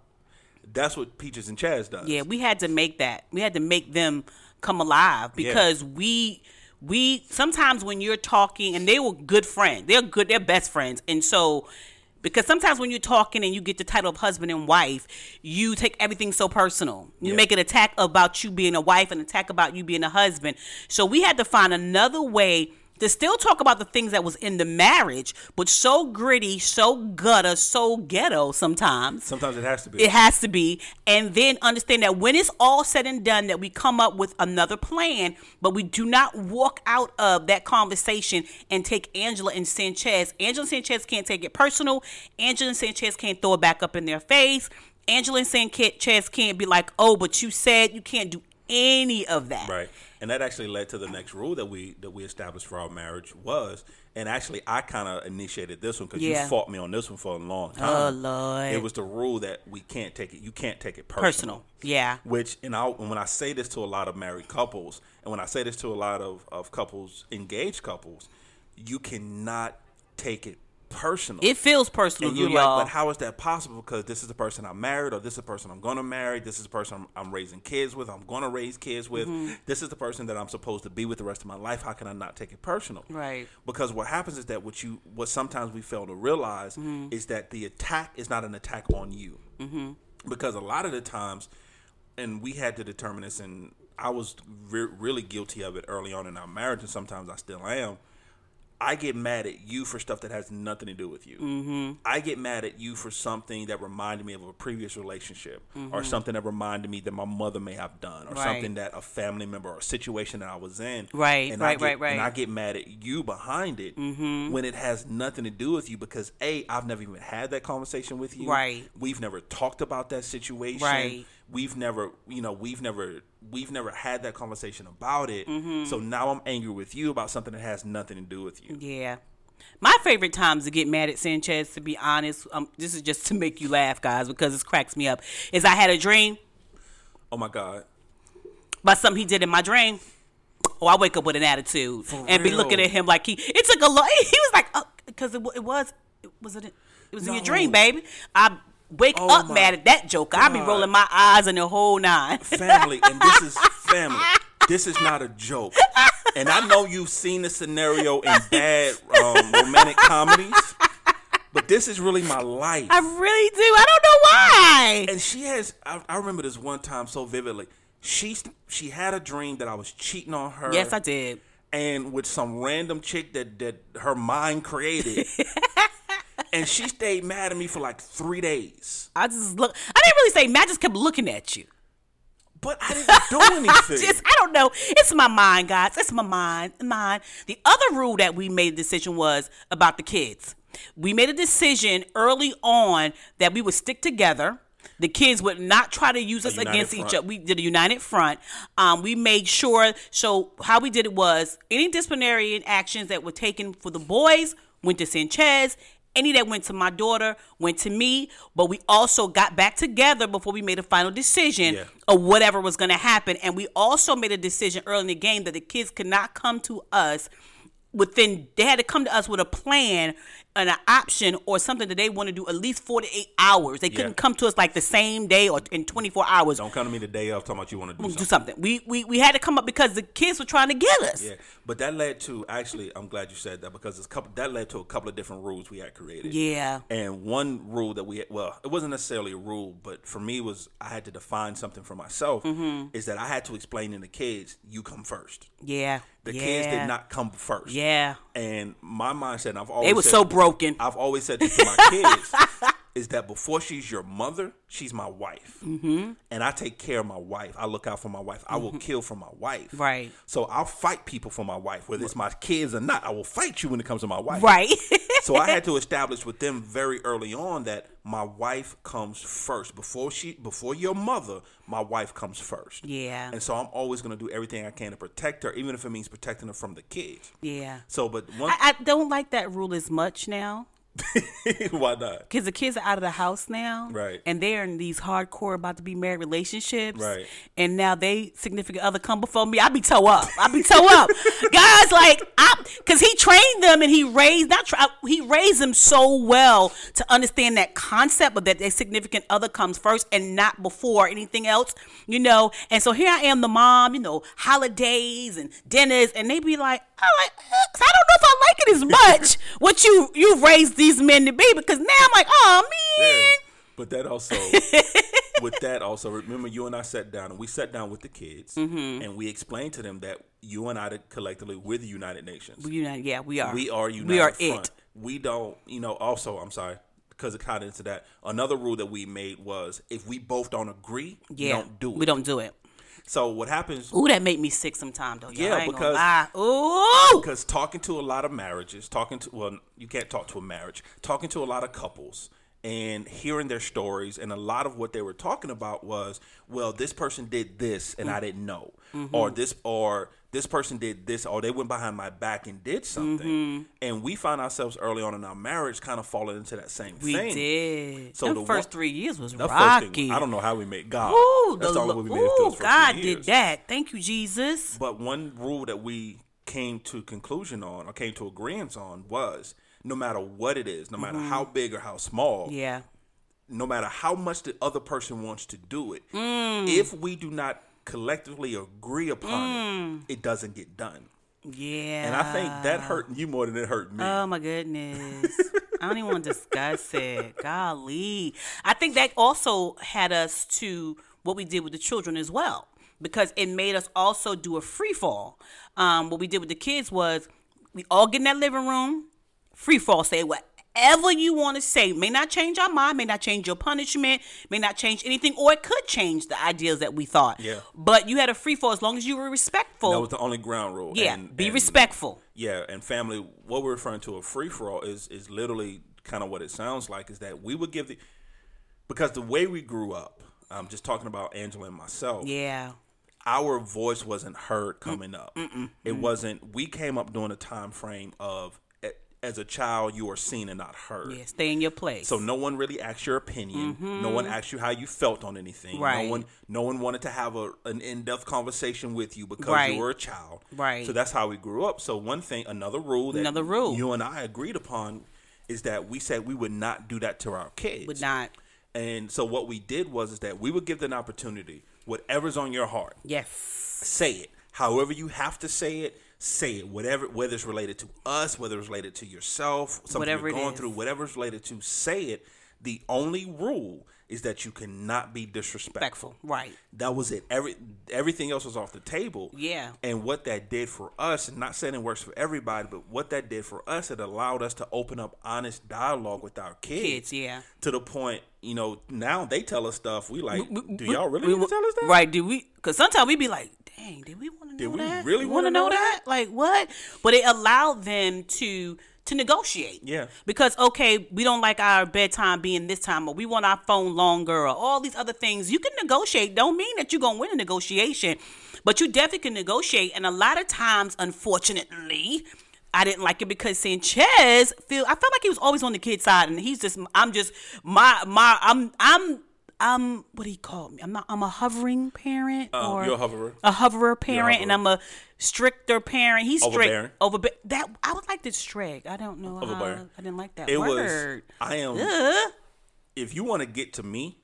S1: That's what Peaches and Chaz does.
S2: Yeah, we had to make that. We had to make them come alive because we we sometimes when you're talking and they were good friends. They're good, they're best friends. And so because sometimes when you're talking and you get the title of husband and wife, you take everything so personal. You
S1: Yeah.
S2: make an attack about you being a wife, an attack about you being a husband. So we had to find another way to still talk about the things that was in the marriage, but so gritty, so gutter, so ghetto sometimes
S1: Sometimes it has to be.
S2: it has to be and then understand that when it's all said and done that we come up with another plan but we do not walk out of that conversation and take angela and sanchez angela and sanchez can't take it personal angela and sanchez can't throw it back up in their face angela and sanchez can't be like oh but you said you can't do any of that
S1: Right. And that actually led to the next rule that we that we established for our marriage was, and actually I kind of initiated this one because
S2: Yeah. Oh,
S1: you fought me on this one for a long time.
S2: Lord.
S1: It was the rule that we can't take it. You can't take it
S2: personal
S1: personal.
S2: yeah
S1: Which and I and when I say this to a lot of married couples, and when I say this to a lot of of couples, engaged couples, you cannot take it personal.
S2: it feels personal
S1: And
S2: you
S1: you're
S2: all
S1: like, but how is that possible? Because this is the person I married, or this is the person I'm gonna marry. This is the person I'm, I'm raising kids with. I'm gonna raise kids with. This is the person that I'm supposed to be with the rest of my life. How can I not take it personal?
S2: Right.
S1: Because what happens is that what you, what sometimes we fail to realize is that the attack is not an attack on you. Mm-hmm. Because a lot of the times, and we had to determine this, and I was re- really guilty of it early on in our marriage, and sometimes I still am. I get mad at you for stuff that has nothing to do with you. Mm-hmm. I get mad at you for something that reminded me of a previous relationship or something that reminded me that my mother may have done or
S2: Mm-hmm. Right.
S1: something that a family member or a situation that I was in.
S2: Right,
S1: and I
S2: right,
S1: get-
S2: right, right.
S1: And I get mad at you behind it
S2: Mm-hmm.
S1: when it has nothing to do with you because A, I've never even had that conversation with you.
S2: Right.
S1: We've never talked about that situation
S2: Right.
S1: we've never you know we've never we've never had that conversation about it
S2: Mm-hmm.
S1: so now i'm angry with you about something that has nothing to do with you
S2: Yeah. My favorite times to get mad at Sanchez, to be honest, um, this is just to make you laugh, guys, because this cracks me up. Is I had a dream
S1: oh my god
S2: about something he did in my dream. Oh, I wake up with an attitude and be
S1: real?
S2: looking at him like he. It took a lot. He was like, because it it, wa- it was, it was it, it was in your
S1: No.
S2: dream, baby. I wake
S1: Oh
S2: up
S1: my
S2: mad at that joker. I be
S1: God.
S2: rolling my eyes and the whole nine.
S1: family and this is family this is not a joke and i know you've seen the scenario in bad um, romantic comedies but this is really my life
S2: I really do. I don't know why.
S1: and she has I, I remember this one time so vividly she she had a dream that i was cheating on her
S2: yes, I did.
S1: and with some random chick that that her mind created. and she stayed mad at me for like three days.
S2: I just look. I didn't really say mad. I just kept looking at you.
S1: But I didn't do anything.
S2: Just I don't know. It's my mind, guys. It's my mind. Mind. The other rule that we made a decision was about the kids. We made a decision early on that we would stick together. The kids would not try to use us
S1: united
S2: against each
S1: front.
S2: other. We did a united front. Um, we made sure. So how we did it was any disciplinary actions that were taken for the boys went to Sanchez. Any that went to my daughter went to me. But we also got back together before we made a final decision
S1: Yeah.
S2: or whatever was going to happen. And we also made a decision early in the game that the kids could not come to us within, they had to come to us with a plan and an option or something that they want to do at least 48 hours. They couldn't come to us like the same day or in 24 hours.
S1: Don't come to me the day of talking about you want to do
S2: Do
S1: something.
S2: something. We, we we had to come up because the kids were trying to get us.
S1: Yeah, but that led to actually. I'm glad you said that because it's couple that led to a couple of different rules we had created.
S2: Yeah.
S1: And one rule that we well, it wasn't necessarily a rule, but for me was I had to define something for myself.
S2: Mm-hmm.
S1: Is that I had to explain to the kids, you come first.
S2: Yeah.
S1: The
S2: yeah.
S1: kids did not come first.
S2: Yeah.
S1: And my mindset, and I've always
S2: They were
S1: said-
S2: so broken.
S1: I've always said this to my kids is that before she's your mother, she's my wife. Mm-hmm. And I take care of my wife. I look out for my wife. I will kill for my wife.
S2: Mm-hmm. Right.
S1: So I'll fight people for my wife, whether it's my kids or not. I will fight you when it comes to my wife.
S2: right.
S1: so I had to establish with them very early on that my wife comes first. Before she before your mother, my wife comes first.
S2: Yeah.
S1: And so I'm always gonna do everything I can to protect her, even if it means protecting her from the kids.
S2: yeah.
S1: So but one
S2: I, I don't like that rule as much now.
S1: Why not?
S2: Because the kids are out of the house now.
S1: Right.
S2: And they're in these hardcore about to be married relationships.
S1: Right.
S2: And now they significant other come before me. I be toe up. I be toe up. Guys, like I because he trained them and he raised not tra- he raised them so well to understand that concept of that their significant other comes first and not before anything else, you know. And so here I am, the mom, you know, holidays and dinners, and they be like, I like uh, I don't know if I like it as much what you you raised these men to be because now I'm like, oh man.
S1: Yeah. But that also, with that also, remember you and I sat down and we sat down with the kids
S2: Mm-hmm.
S1: and we explained to them that you and I collectively we're the United Nations.
S2: We United, yeah, we are.
S1: We are united.
S2: We are
S1: front.
S2: it.
S1: We don't, you know. Also, I'm sorry because it tied into that. Another rule that we made was if we both don't agree,
S2: Yeah,
S1: we don't do it.
S2: We don't do it.
S1: So what happens?
S2: Ooh, that make me sick sometimes though. y'all.
S1: Yeah,
S2: I ain't
S1: because-
S2: gonna lie. Ooh,
S1: Because talking to a lot of marriages, talking to well, you can't talk to a marriage. Talking to a lot of couples and hearing their stories, and a lot of what they were talking about was, well, this person did this and
S2: Mm.
S1: I didn't know,
S2: Mm-hmm.
S1: or this or this person did this, or they went behind my back and did something,
S2: Mm-hmm.
S1: and we find ourselves early on in our marriage kind of falling into that same
S2: we
S1: thing.
S2: did.
S1: So
S2: So
S1: the
S2: the first
S1: one-
S2: three years was
S1: That
S2: rocky.
S1: first thing, I don't know how we made God.
S2: Ooh,
S1: That's
S2: the,
S1: the only way we made it through
S2: ooh,
S1: those first
S2: God
S1: few
S2: did
S1: years.
S2: that. Thank you, Jesus.
S1: But one rule that we came to conclusion on or came to agreement on was no matter what it is, no matter how big or how small,
S2: Mm-hmm. Yeah,
S1: no matter how much the other person wants to do it,
S2: Mm.
S1: if we do not collectively agree
S2: Mm.
S1: upon it, it doesn't get done.
S2: yeah.
S1: And I think
S2: Uh.
S1: that hurt you more than it hurt me.
S2: Oh my goodness. I don't even want to discuss it. Golly. I think that also had us to what we did with the children as well, because it made us also do a free fall. Um, what we did with the kids was we all get in that living room, free fall, say whatever you want to say. May not change our mind, may not change your punishment, may not change anything, or it could change the ideas that we thought.
S1: Yeah.
S2: But you had a free fall as long as you were respectful.
S1: that was the only ground rule.
S2: yeah,
S1: And-
S2: be
S1: and-
S2: respectful.
S1: Yeah, and family, what we're referring to a free for all is is literally kind of what it sounds like is that we would give the because the way we grew up, I'm just talking about Angela and myself.
S2: Yeah. Mm,
S1: Our voice wasn't heard coming up. It wasn't. We came up during a time frame of a- as a child, you are seen and not heard.
S2: Yeah, stay in your place.
S1: So no one really asked your opinion. No one asked you how you felt on anything.
S2: Mm-hmm. Right.
S1: No one no one wanted to have a an in-depth conversation with you because
S2: Right.
S1: you were a child.
S2: Right.
S1: So that's how we grew up. So one thing another rule that
S2: Another rule.
S1: you and I agreed upon is that we said we would not do that to our kids.
S2: would not.
S1: And so what we did was is that we would give them an opportunity. Whatever's on your heart,
S2: Yes.
S1: say it. However you have to say it, say it. Whatever whether it's related to us, whether it's related to yourself, something
S2: Whatever
S1: you're
S2: it
S1: going
S2: is.
S1: through, whatever it's related to, say it. The only rule is that you cannot be disrespectful.
S2: Respectful. Right.
S1: That was it. Every everything else was off the table.
S2: Yeah.
S1: And what that did for us, and not saying it works for everybody, but what that did for us, it allowed us to open up honest dialogue with our kids.
S2: Kids, yeah.
S1: To the point, you know, now they tell us stuff. We like, do y'all really need to tell us that?
S2: Right. Do we? Because sometimes we be like, dang, did we want to know
S1: we
S2: that?
S1: really
S2: want
S1: wanna
S2: to know,
S1: know
S2: that? Like, what? But it allowed them to to negotiate.
S1: Yeah.
S2: Because, okay, we don't like our bedtime being this time, or we want our phone longer, or all these other things. You can negotiate. Don't mean that you're going to win a negotiation, but you definitely can negotiate. And a lot of times, unfortunately, I didn't like it because Sanchez feel I felt like he was always on the kid's side, and he's just I'm just my my I'm I'm I'm what do he call me? I'm not I'm a hovering parent
S1: Um,
S2: or
S1: you're a hoverer.
S2: a hoverer parent, and
S1: hoverer.
S2: I'm a stricter parent. He's
S1: Overbearing.
S2: strict over that. I would like to strict. I don't know. How, I
S1: Overbearing.
S2: didn't like that
S1: It
S2: word.
S1: was. I am.
S2: Ugh.
S1: If you want to get to me,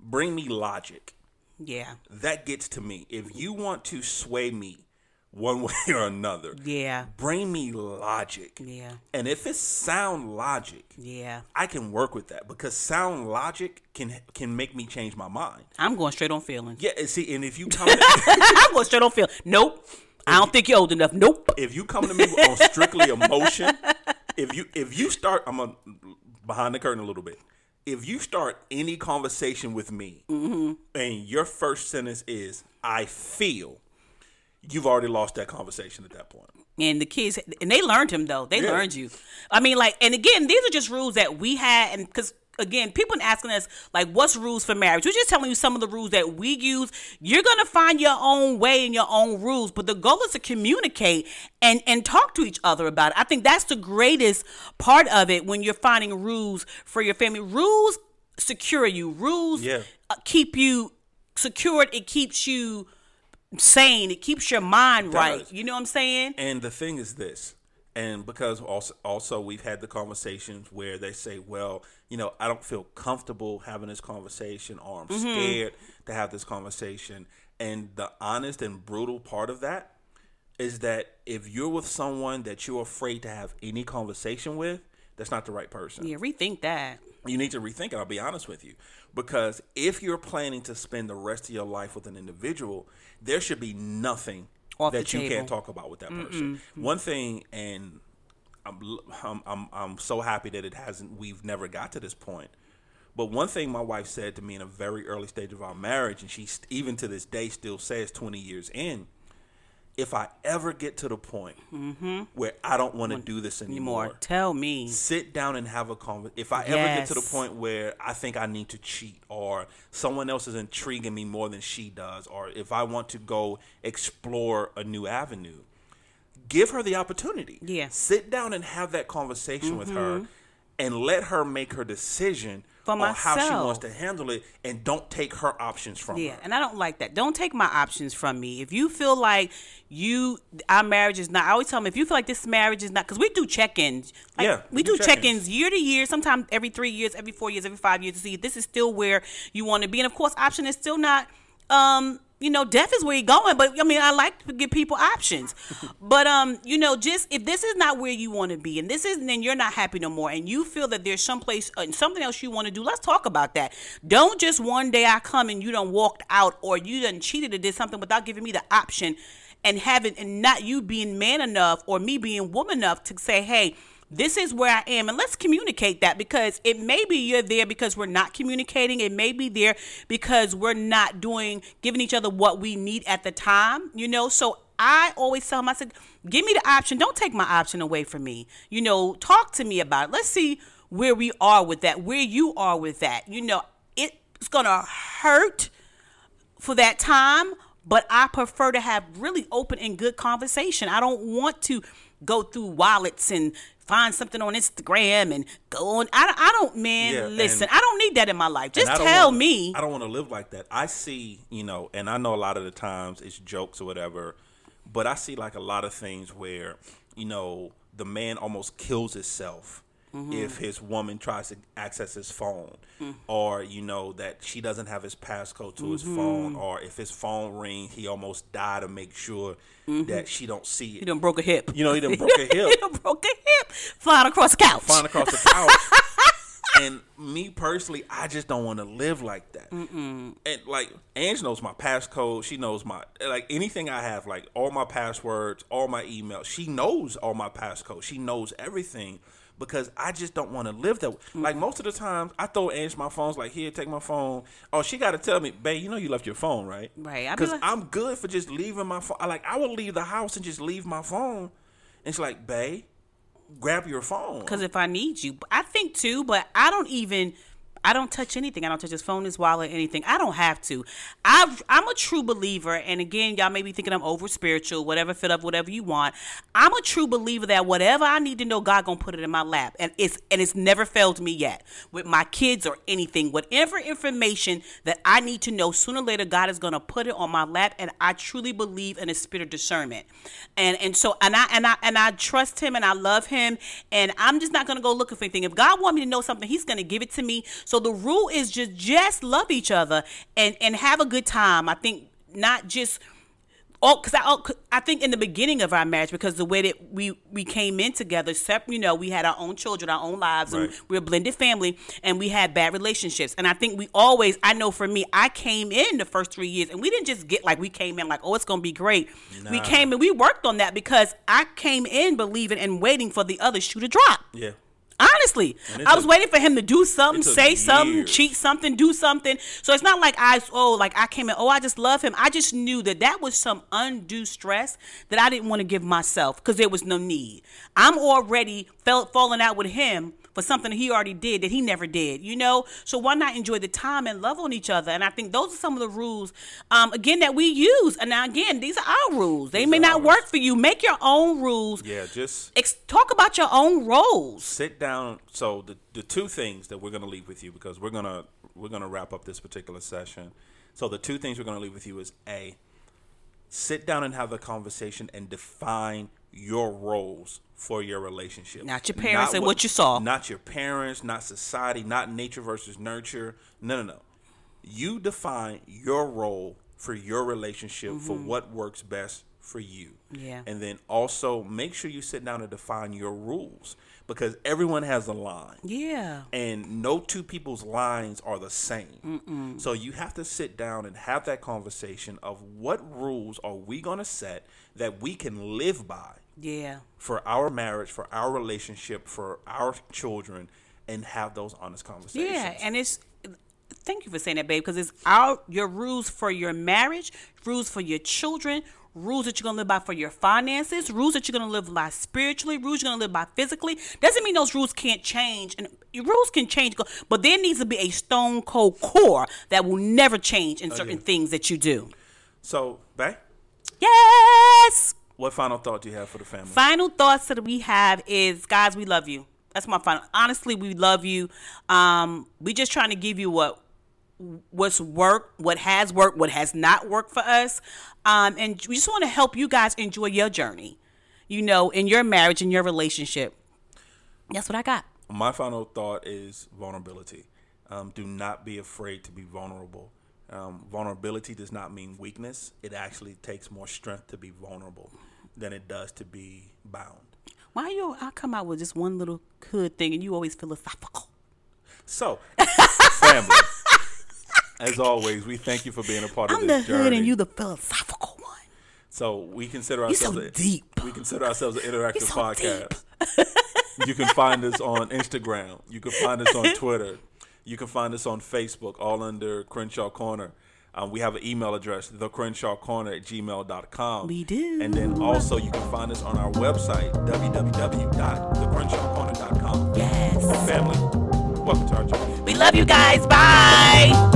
S1: bring me logic.
S2: Yeah,
S1: That gets to me. If you want to sway me one way or another,
S2: yeah,
S1: bring me logic.
S2: yeah,
S1: And if it's sound logic,
S2: yeah.
S1: I can work with that because sound logic can can make me change my mind.
S2: I'm going straight on feelings.
S1: Yeah, and see, and if you come to,
S2: I'm going straight on feeling. Nope. I don't think you're old enough. Nope.
S1: if you come to me on strictly emotion, if you if you start, I'm a, behind the curtain a little bit. If you start any conversation with me, and your first sentence is "I feel," you've already lost that conversation at that point.
S2: and the kids and they learned him though they
S1: Yeah.
S2: learned you i mean like and again these are just rules that we had and because again, people asking us like, "What's rules for marriage?" We're just telling you some of the rules that we use. You're gonna find your own way and your own rules, but the goal is to communicate and and talk to each other about it. I think that's the greatest part of it when you're finding rules for your family. Rules secure you. Rules
S1: Yeah.
S2: uh, keep you secured. It keeps you sane. It keeps your mind right.
S1: does.
S2: You know what I'm saying?
S1: And the thing is this, and because also, also we've had the conversations where they say, well, you know, I don't feel comfortable having this conversation or I'm scared to have this conversation. And the honest and brutal part of that is that if you're with someone that you're afraid to have any conversation with, that's not the right person
S2: Yeah, rethink that.
S1: you need to rethink it. I'll be honest with you. Because if you're planning to spend the rest of your life with an individual, there should be nothing
S2: Off the
S1: that you
S2: table.
S1: can't talk about with that person. One thing, and I'm, l- I'm, I'm, I'm so happy that it hasn't, we've never got to this point. But one thing my wife said to me in a very early stage of our marriage, and she st- even to this day still says 20 years in, if I ever get to the point where I don't want to do this
S2: Mm-hmm. More.
S1: anymore,
S2: Tell me.
S1: sit down and have a conversation. If I ever get to the
S2: Yes.
S1: point where I think I need to cheat, or someone else is intriguing me more than she does, or if I want to go explore a new avenue, give her the opportunity.
S2: Yeah.
S1: Sit down and have that conversation with her and let her make her decision
S2: Mm-hmm. For
S1: on how she
S2: myself.
S1: wants to handle it and don't take her options from
S2: Yeah,
S1: her.
S2: and I don't like that. Don't take my options from me. If you feel like you our marriage is not, I always tell them if you feel like this marriage is not, because we do check-ins. Like,
S1: Yeah,
S2: we do check-ins year to year, sometimes every three years, every four years, every five years to see if this is still where you want to be. And of course, option is still not. um you know, death is where you're going, but I mean, I like to give people options. but um, you know, just if this is not where you want to be, and this isn't, and you're not happy no more, and you feel that there's someplace and something else you want to do, let's talk about that. Don't just one day I come and you done walked out, or you done cheated or did something without giving me the option, and having and not you being man enough or me being woman enough to say, hey. This is where I am, and let's communicate that because it may be you're there because we're not communicating. It may be there because we're not doing, giving each other what we need at the time, you know. So I always tell them, I said, give me the option. Don't take my option away from me. You know, talk to me about it. Let's see where we are with that, where you are with that. You know, it's going to hurt for that time, but I prefer to have really open and good conversation. I don't want to go through wallets and find something on Instagram and go on. I, I don't, man,
S1: Yeah,
S2: listen,
S1: and-
S2: I don't need that in my life. Just
S1: And I don't
S2: tell
S1: wanna-
S2: me.
S1: I don't want to live like that. I see, you know, and I know a lot of the times it's jokes or whatever, but I see like a lot of things where, you know, the man almost kills himself
S2: Mm-hmm.
S1: if his woman tries to access his phone
S2: Mm.
S1: or, you know, that she doesn't have his passcode to his
S2: Mm-hmm.
S1: phone or if his phone rings, he almost die to make sure
S2: Mm-hmm.
S1: that she don't see
S2: He
S1: it.
S2: done broke a hip.
S1: You know, he done broke a hip.
S2: he done broke a hip flying across the couch.
S1: flying across the couch. and me personally, I just don't want to live like that. And like, Ange knows my passcode. She knows my like anything I have, like all my passwords, all my emails. She knows all my passcode. She knows everything because I just don't want to live that. way. Like most of the times, I throw Ange my phones. Like here, take my phone. Oh, she got to tell me, babe. You know you left your phone, right?
S2: Right, I be
S1: Because
S2: like-
S1: I'm good for just leaving my phone. I, Like I will leave the house and just leave my phone. And she's like, babe, grab your phone.
S2: because if I need you, I think too. But I don't even. I don't touch anything. I don't touch his phone, his wallet, anything. I don't have to. I've, I'm a true believer, and again, y'all may be thinking I'm over spiritual, whatever, fit up, whatever you want. I'm a true believer that whatever I need to know, God gonna put it in my lap, and it's and it's never failed me yet with my kids or anything. Whatever information that I need to know, sooner or later, God is gonna put it on my lap, and I truly believe in a spirit of discernment, and and so and I and I and I trust Him and I love Him, and I'm just not gonna go looking for anything. If God wants me to know something, He's gonna give it to me. So the rule is just just love each other and and have a good time. I think not just oh, because I, oh, 'cause I think in the beginning of our marriage, because the way that we we came in together, sep- you know, we had our own children, our own lives, and
S1: Right.
S2: we were a blended family, and we had bad relationships. And I think we always, I know for me, I came in the first three years, and we didn't just get like we came in like, oh, it's gonna be great. We
S1: Nah.
S2: came and we worked on that because I came in believing and waiting for the other shoe to drop.
S1: yeah.
S2: Honestly,
S1: And it
S2: I was
S1: took-
S2: waiting for him to do something,
S1: it took
S2: say something,
S1: years.
S2: cheat something, do something. So it's not like I oh like I came in oh I just love him. I just knew that that was some undue stress that I didn't want to give myself because there was no need. I'm already felt falling out with him for something he already did that he never did, you know? So why not enjoy the time and love on each other? And I think those are some of the rules, um, again, that we use. And now, again, these are our rules. They
S1: These
S2: may
S1: are
S2: not
S1: ours.
S2: work for you. Make your own rules.
S1: Yeah, just
S2: Ex- talk about your own roles.
S1: sit down. So the the two things that we're gonna leave with you because we're gonna we're gonna wrap up this particular session. So the two things we're gonna leave with you is a sit down and have a conversation and define your roles for your relationship.
S2: Not your parents and what you saw.
S1: Not your parents, not society, not nature versus nurture. No, no, no. You define your role for your relationship for what works best for you.
S2: Mm-hmm. Yeah.
S1: And then also make sure you sit down and define your rules because everyone has a line
S2: Yeah.
S1: and no two people's lines are the same. So you have to sit down and have that conversation of what rules are we going to set that we can live by
S2: Yeah.
S1: for our marriage, for our relationship, for our children, and have those honest conversations.
S2: Yeah, and it's thank you for saying that, babe, because it's our your rules for your marriage, rules for your children, rules that you're gonna live by for your finances, rules that you're gonna live by spiritually, rules you're gonna live by physically. Doesn't mean those rules can't change, and your rules can change, go- but there needs to be a stone cold core that will never change in certain
S1: yeah.
S2: things that you do.
S1: so, Bay,
S2: Yes.
S1: what final thought do you have for the family?
S2: Final thoughts that we have is, guys, we love you. That's my final. Honestly, we love you. Um, we just trying to give you what what's worked, what has worked, what has not worked for us, um, and we just want to help you guys enjoy your journey. You know, in your marriage, in your relationship. That's what I got.
S1: my final thought is vulnerability. Um, do not be afraid to be vulnerable. Um, vulnerability does not mean weakness. It actually takes more strength to be vulnerable than it does to be bound.
S2: Why you? I come out with just one little hood thing, and you always philosophical.
S1: So, family, as always, we thank you for being a part
S2: I'm
S1: of
S2: the
S1: this journey.
S2: hood, and you the philosophical one.
S1: So we consider
S2: You're so
S1: ourselves
S2: deep.
S1: We consider ourselves an interactive
S2: so
S1: podcast. you can find us on Instagram. You can find us on Twitter. You can find us on Facebook, all under Crenshaw Corner. Um, we have an email address, thecrenshawcorner at gmail.com.
S2: We do.
S1: And then also you can find us on our website, www.thecrenshawcorner.com.
S2: Yes.
S1: Family, welcome to our journey.
S2: We love you guys. Bye.